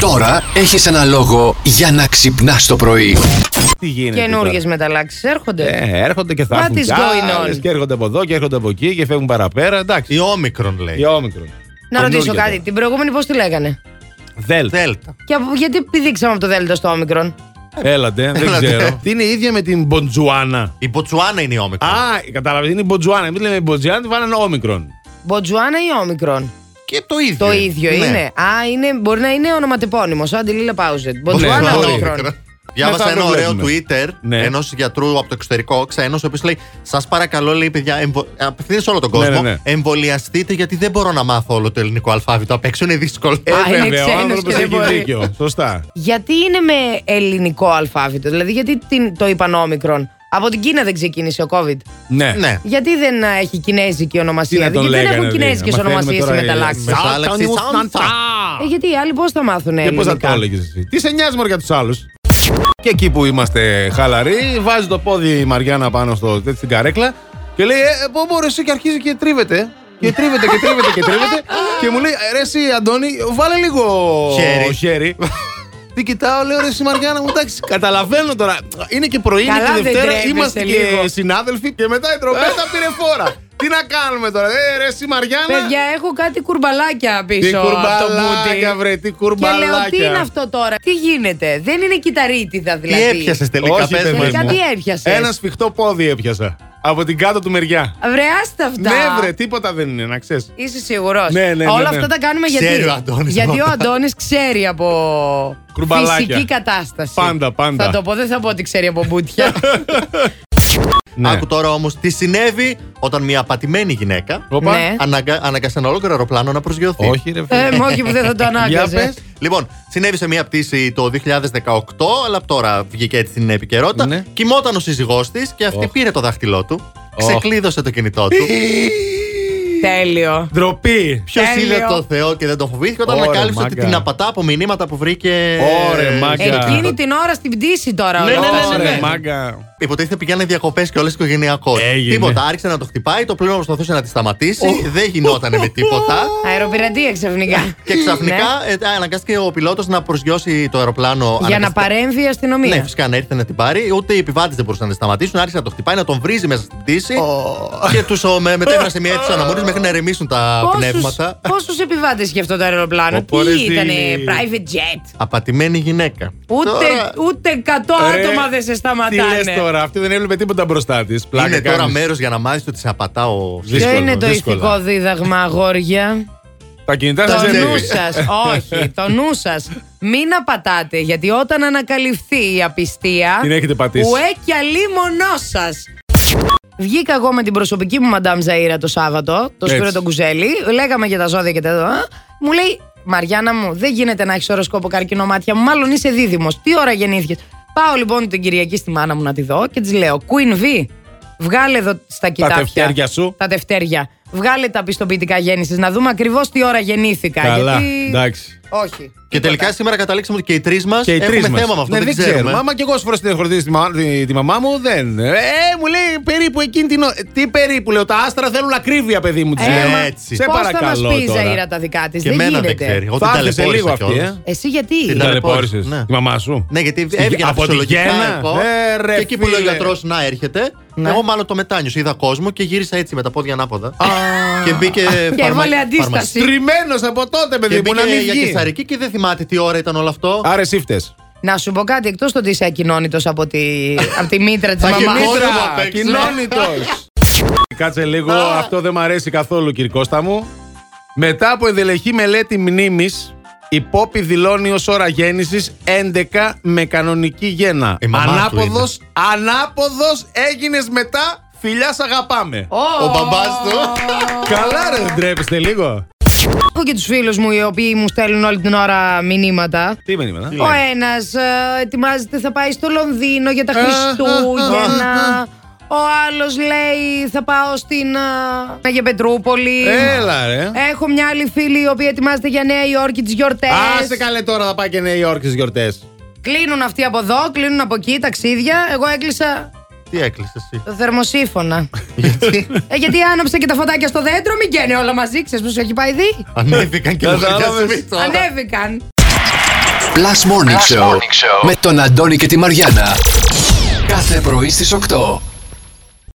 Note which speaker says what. Speaker 1: Τώρα έχεις ένα λόγο για να ξυπνάς το πρωί.
Speaker 2: Τι γίνεται.
Speaker 3: Καινούριε
Speaker 2: τώρα.
Speaker 3: μεταλλάξεις έρχονται.
Speaker 2: Ε, έρχονται και θα
Speaker 3: What
Speaker 2: έρθουν
Speaker 3: is
Speaker 2: κι
Speaker 3: going
Speaker 2: άλλες
Speaker 3: on?
Speaker 2: και έρχονται από εδώ και έρχονται από εκεί και φεύγουν παραπέρα. Εντάξει.
Speaker 4: Η όμικρον
Speaker 2: Η
Speaker 4: λέει.
Speaker 2: όμικρον.
Speaker 3: να ρωτήσω
Speaker 2: Καινούργια
Speaker 3: κάτι.
Speaker 2: τώρα.
Speaker 3: Την προηγούμενη πώς τη λέγανε.
Speaker 2: Δέλτα.
Speaker 4: Δέλτα.
Speaker 3: Και από- γιατί πηδήξαμε από το Δέλτα στο Όμικρον.
Speaker 2: Έλατε, δεν
Speaker 4: Έλατε.
Speaker 2: ξέρω. Τι είναι η ίδια με την Μποντζουάνα.
Speaker 4: Η Μποτσουάνα είναι η όμικρον.
Speaker 2: Α, κατάλαβες, είναι η Μποντζουάνα. Εμείς λέμε Μποντζουάνα, τη βάλανε όμικρον.
Speaker 3: Μποτζουάνα ή Όμικρον.
Speaker 4: Και το ίδιο.
Speaker 2: Ε,
Speaker 3: Το ίδιο
Speaker 4: Ναι.
Speaker 3: είναι. Α, είναι, μπορεί να είναι ονοματεπώνυμος. Σαν τη Λίλα Πάουζετ. Μποτζουάνα
Speaker 2: Ναι, μπορεί.
Speaker 3: Όμικρον.
Speaker 4: Διάβασα
Speaker 2: Μετά
Speaker 4: ένα
Speaker 2: το
Speaker 4: ωραίο
Speaker 2: βλέπουμε.
Speaker 4: Twitter
Speaker 2: Ναι.
Speaker 4: ενός γιατρού από το εξωτερικό, ξένο, ο οποίος λέει: Σας παρακαλώ, λέει παιδιά, εμβο... απευθύνει σε όλο τον κόσμο.
Speaker 2: Ναι, ναι, ναι.
Speaker 4: Εμβολιαστείτε, γιατί δεν μπορώ να μάθω όλο το ελληνικό αλφάβητο απ' έξω. Είναι δύσκολο. Ε, ναι.
Speaker 3: Α, είναι
Speaker 2: Βέβαια, ο
Speaker 3: ξένος
Speaker 2: άνθρωπος
Speaker 3: και δεν
Speaker 2: έχει
Speaker 3: μπορεί.
Speaker 2: δίκιο. Σωστά.
Speaker 3: Γιατί είναι με ελληνικό αλφάβητο, δηλαδή γιατί την, το είπαν Όμικρον. Από την Κίνα δεν ξεκίνησε ο COVID.
Speaker 2: Ναι.
Speaker 4: ναι.
Speaker 3: Γιατί δεν α, έχει κινέζικη
Speaker 2: Τι να
Speaker 3: ονομασία,
Speaker 2: τον
Speaker 3: Γιατί δεν
Speaker 2: λέγανε,
Speaker 3: έχουν
Speaker 2: δηλαδή,
Speaker 3: κινέζικες
Speaker 2: να μαθαίνουμε
Speaker 3: ονομασίες οι
Speaker 2: τώρα, ε,
Speaker 3: μεταλλάξει.
Speaker 2: με-
Speaker 4: Μετάλλαξη Σάντα.
Speaker 3: Ε, γιατί οι άλλοι πώς θα μάθουν
Speaker 2: Και πώς
Speaker 3: ελληνικά.
Speaker 2: Ε, θα το έλεγες εσύ. Τι σε νοιάζει μωρέ για τους άλλους. Και εκεί που είμαστε χαλαροί, βάζει το πόδι η Μαριάννα πάνω στο, στην καρέκλα και λέει: Ε, πω, πω, ρε, εσύ και αρχίζει και τρίβεται. Και τρίβεται και τρίβεται και τρίβεται. και μου λέει: Ρε, εσύ, Αντώνη, βάλε λίγο
Speaker 4: Χέρι.
Speaker 2: Τι κοιτάω, λέω ρε εσύ Μαριάννα μου, εντάξει, καταλαβαίνω τώρα. Είναι και πρωί, είναι
Speaker 3: Καλά
Speaker 2: και
Speaker 3: δεν
Speaker 2: Δευτέρα,
Speaker 3: τρέπεσαι
Speaker 2: είμαστε
Speaker 3: λίγο.
Speaker 2: και συνάδελφοι και μετά η τροπέτα πήρε φόρα. Τι να κάνουμε τώρα, ε, ρε εσύ Μαριάννα.
Speaker 3: Παιδιά, έχω κάτι κουρμπαλάκια
Speaker 2: τι
Speaker 3: πίσω από το
Speaker 2: κουρμπαλάκια,
Speaker 3: μπούτι.
Speaker 2: βρε, τι
Speaker 3: Και
Speaker 2: κουρμπαλάκια.
Speaker 3: λέω, τι είναι αυτό τώρα, τι γίνεται. Δεν είναι κυταρίτιδα
Speaker 4: Τι
Speaker 3: δηλαδή.
Speaker 4: έπιασες τελικά,
Speaker 2: Όχι,
Speaker 4: πες
Speaker 2: παιδί
Speaker 3: Τελικά
Speaker 2: μου.
Speaker 3: τι έπιασες.
Speaker 2: Ένα σφιχτό πόδι έπιασα. Από την κάτω του μεριά.
Speaker 3: Βρε, άστα αυτά.
Speaker 2: Ναι, βρε, τίποτα δεν είναι, να ξέρεις.
Speaker 3: Είσαι σίγουρος.
Speaker 2: Ναι, ναι, ναι,
Speaker 3: Όλα
Speaker 2: ναι.
Speaker 3: αυτά τα κάνουμε γιατί.
Speaker 4: Ξέρει ο Αντώνης
Speaker 3: γιατί ο
Speaker 4: όλα.
Speaker 3: Αντώνης ξέρει από
Speaker 2: Κρουμπαλάκια.
Speaker 3: φυσική κατάσταση.
Speaker 2: Πάντα, πάντα.
Speaker 3: Θα το πω, δεν θα πω ότι ξέρει από μπούτια.
Speaker 2: Ναι.
Speaker 3: Ναι.
Speaker 4: Άκου τώρα όμως τι συνέβη όταν μια απατημένη γυναίκα
Speaker 2: Οπα.
Speaker 3: Ναι.
Speaker 4: αναγκα... αναγκάσε ένα ολόκληρο αεροπλάνο να προσγειωθεί.
Speaker 2: Όχι, ρε, φίλε.
Speaker 3: ε, με όχι που δεν θα
Speaker 2: Για
Speaker 3: το ανάγκαζε.
Speaker 2: πες.
Speaker 4: Λοιπόν, συνέβη σε μία πτήση το 2018, αλλά τώρα βγήκε έτσι στην επικαιρότητα.
Speaker 2: Ναι.
Speaker 4: Κοιμόταν ο σύζυγός της και αυτή
Speaker 2: Οχ.
Speaker 4: πήρε το δάχτυλό του,
Speaker 2: Οχ.
Speaker 4: ξεκλείδωσε το κινητό του.
Speaker 3: Τέλειο.
Speaker 2: Ντροπή.
Speaker 4: Ποιος
Speaker 3: Τέλειο.
Speaker 4: είδε το Θεό και δεν τον φοβήθηκε όταν
Speaker 2: Ωρε,
Speaker 4: ανακάλυψε ότι
Speaker 2: μάγκα.
Speaker 4: την απατά από μηνύματα που βρήκε.
Speaker 2: Ωρε, μάγκα. Κα-
Speaker 3: Εκείνη την ώρα στην πτήση τώρα.
Speaker 4: Ναι,
Speaker 3: όλα
Speaker 4: ναι, ναι,
Speaker 3: αυτά
Speaker 4: ναι, ναι.
Speaker 2: Ωραία,
Speaker 3: συμβαίνουν.
Speaker 2: μάγκα.
Speaker 4: Υποτίθεται πηγαίνει διακοπές και όλες οικογενειακό.
Speaker 2: Έγινε.
Speaker 4: Τίποτα. Άρχισε να το χτυπάει, το πλήρωμα προσπαθούσε να τη σταματήσει. Δεν γινότανε με τίποτα.
Speaker 3: Αεροπειρατεία ξαφνικά.
Speaker 4: Και ξαφνικά
Speaker 2: Ναι.
Speaker 4: ε, αναγκάστηκε ο πιλότος να προσγειώσει το αεροπλάνο.
Speaker 3: Ναι. Για να
Speaker 4: αναγκαστικά.
Speaker 3: παρέμβει η
Speaker 4: Ναι,
Speaker 3: αστυνομία.
Speaker 4: φυσικά να ήρθε να την πάρει. Ούτε οι επιβάτες δεν μπορούσαν να τη σταματήσουν. Άρχισε να το χτυπάει, να τον βρίζει μέσα στην πτήση. Και τους με, μετέφερε σε μια έτσι αναμονής μέχρι να ερεμήσουν τα πνεύματα.
Speaker 3: Πόσους επιβάτες είχε αυτό το αεροπλάνο,
Speaker 2: Πω, πω, ρε,
Speaker 3: Τι
Speaker 2: τι.
Speaker 3: ήταν, private jet.
Speaker 4: Απατημένη γυναίκα.
Speaker 3: Ούτε,
Speaker 4: Τώρα
Speaker 3: ούτε 100
Speaker 2: Ρε,
Speaker 3: άτομα δεν σε
Speaker 2: Τι
Speaker 3: σταματάνε.
Speaker 2: λες τώρα, αυτή δεν έβλεπε τίποτα μπροστά της. Πλάκα
Speaker 4: είναι τώρα
Speaker 2: κάνεις.
Speaker 4: μέρος για να μάθεις ότι σε απατά ο
Speaker 2: Δύσκολο,
Speaker 3: Ποιο είναι το
Speaker 2: δύσκολο.
Speaker 3: ηθικό δίδαγμα, αγόρια.
Speaker 2: Τα κινητά
Speaker 3: το
Speaker 2: σα
Speaker 3: νου σας. Όχι, το νου σας. Μην απατάτε, γιατί όταν ανακαλυφθεί η απιστία.
Speaker 2: Την έχετε πατήσει.
Speaker 3: Ουέκια λίμωνό σας. Βγήκα εγώ με την προσωπική μου μαντάμ Ζαΐρα το Σάββατο, το
Speaker 2: Έτσι.
Speaker 3: Σπύρο τον Κουζέλη. Λέγαμε για τα ζώδια και τα εδώ. Μου λέει, Μαριάννα μου, δεν γίνεται να έχεις οροσκόπο καρκινό μάτια μου. Μάλλον είσαι δίδυμος. Τι ώρα γεννήθηκες. Πάω λοιπόν την Κυριακή στη μάνα μου να τη δω και της λέω: Queen V, βγάλε εδώ στα κοιτάπια.
Speaker 2: τευτέρια σου.
Speaker 3: Τα τευτέρια. Βγάλε τα πιστοποιητικά γέννησης να δούμε ακριβώς τι ώρα γεννήθηκα.
Speaker 2: Καλά,
Speaker 3: γιατί-
Speaker 2: εντάξει.
Speaker 3: Όχι.
Speaker 4: Και τελικά σήμερα καταλήξαμε ότι και οι τρεις μας
Speaker 2: Και οι τρει
Speaker 4: έχουμε
Speaker 2: μας.
Speaker 4: θέμα με αυτό.
Speaker 2: Ναι,
Speaker 4: δεν ξέρουμε.
Speaker 2: Άμα και εγώ σου φορέ την έχω ρωτήσει τη, μα- τη- τη μαμά μου, δεν. Ε, μου λέει περίπου εκείνη την. ώρα. Τι περίπου, λέω. Τα άστρα θέλουν ακρίβεια, παιδί μου. Της
Speaker 3: Ε,
Speaker 2: λέω.
Speaker 3: μα
Speaker 4: έτσι.
Speaker 2: Σε
Speaker 3: Πώς θα μα
Speaker 2: παρακαλώ.
Speaker 3: πει η
Speaker 2: τώρα.
Speaker 3: Ζαήρα τα δικά της,
Speaker 4: Και
Speaker 3: δεν
Speaker 4: εμένα
Speaker 3: γίνεται.
Speaker 4: δεν ξέρει. Εγώ την
Speaker 2: Θα έρθει σε λίγο
Speaker 4: ταλαιπώρησα
Speaker 2: αυτή,
Speaker 4: κιόλας.
Speaker 2: ε.
Speaker 3: Εσύ γιατί.
Speaker 4: Τι
Speaker 2: Την
Speaker 4: να-
Speaker 2: ταλαιπώρησες.
Speaker 4: Ναι.
Speaker 2: Τη μαμά σου.
Speaker 4: Ναι, γιατί
Speaker 2: Στη-
Speaker 4: έβγαινε
Speaker 2: από τη
Speaker 4: φυσιολογικά
Speaker 2: Γέννα.
Speaker 4: εγώ.
Speaker 2: Ε, ρε,
Speaker 4: και εκεί που λέει ο
Speaker 2: φίλε.
Speaker 4: γιατρός να έρχεται,
Speaker 3: Ναι.
Speaker 4: εγώ μάλλον το μετάνιωσα. Είδα κόσμο και γύρισα έτσι με τα πόδια ανάποδα. και μπήκε.
Speaker 3: Και
Speaker 4: φαρμα-
Speaker 3: έβαλε αντίσταση.
Speaker 4: φαρμακευτή.
Speaker 2: Τριμμένος από τότε, παιδί
Speaker 4: Και
Speaker 2: μου, να
Speaker 4: μπήκε
Speaker 2: μην
Speaker 4: για
Speaker 2: βγει.
Speaker 4: κεσαρική και δεν θυμάται τι ώρα ήταν όλο αυτό.
Speaker 2: Άρε σύφτες.
Speaker 3: Να σου πω κάτι, εκτός το ότι είσαι ακοινώνητος από τη, από τη μήτρα της
Speaker 4: Θα
Speaker 3: μαμάς.
Speaker 4: γεμίσω. Κόσμο
Speaker 2: Μήτρα,
Speaker 4: απ' έξω.
Speaker 2: κοινώνητο. Κάτσε λίγο,
Speaker 4: Α.
Speaker 2: αυτό δεν μ' αρέσει καθόλου, Κυρκώστα μου. Μετά από ενδελεχή μελέτη μνήμης, η Πόπη δηλώνει ως ώρα γέννησης 11 με κανονική γέννα.
Speaker 4: Η μαμά του
Speaker 2: Ανάποδος, ανάποδος έγινες μετά, φιλιά σ' αγαπάμε.
Speaker 3: Ω,
Speaker 4: Ο μπαμπάς του.
Speaker 2: Καλά, ρε, δεν τρέπεστε λίγο.
Speaker 3: Έχω και τους φίλους μου οι οποίοι μου στέλνουν όλη την ώρα μηνύματα.
Speaker 2: Τι μηνύματα.
Speaker 3: Ο ένας ετοιμάζεται, θα πάει στο Λονδίνο για τα Χριστούγεννα. Ο άλλος λέει, θα πάω στην ε, Αγία Πετρούπολη.
Speaker 2: Έλα, ρε.
Speaker 4: Ε,
Speaker 3: Έχω μια άλλη φίλη η οποία ετοιμάζεται για Νέα Υόρκη τις γιορτές.
Speaker 4: ε,
Speaker 2: Άσε καλέ τώρα θα πάει και Νέα Υόρκη στις γιορτές.
Speaker 3: Κλείνουν αυτοί από εδώ, κλείνουν από εκεί ταξίδια. Εγώ έκλεισα
Speaker 4: Τι έκλεισες εσύ.
Speaker 3: το θερμοσύφωνα.
Speaker 4: Γιατί
Speaker 3: ε, γιατί άναψε και τα φωτάκια στο δέντρο, μην καίνε όλα μαζί. Ξέρεις που σου έχει πάει δει.
Speaker 4: ανέβηκαν και μου
Speaker 2: Κατάλαβες.
Speaker 4: χρειάζεται τώρα.
Speaker 3: Ανέβηκαν.
Speaker 1: Plus Morning, Show, με τον Αντώνη και τη Μαριάνα. Κάθε πρωί στις 8.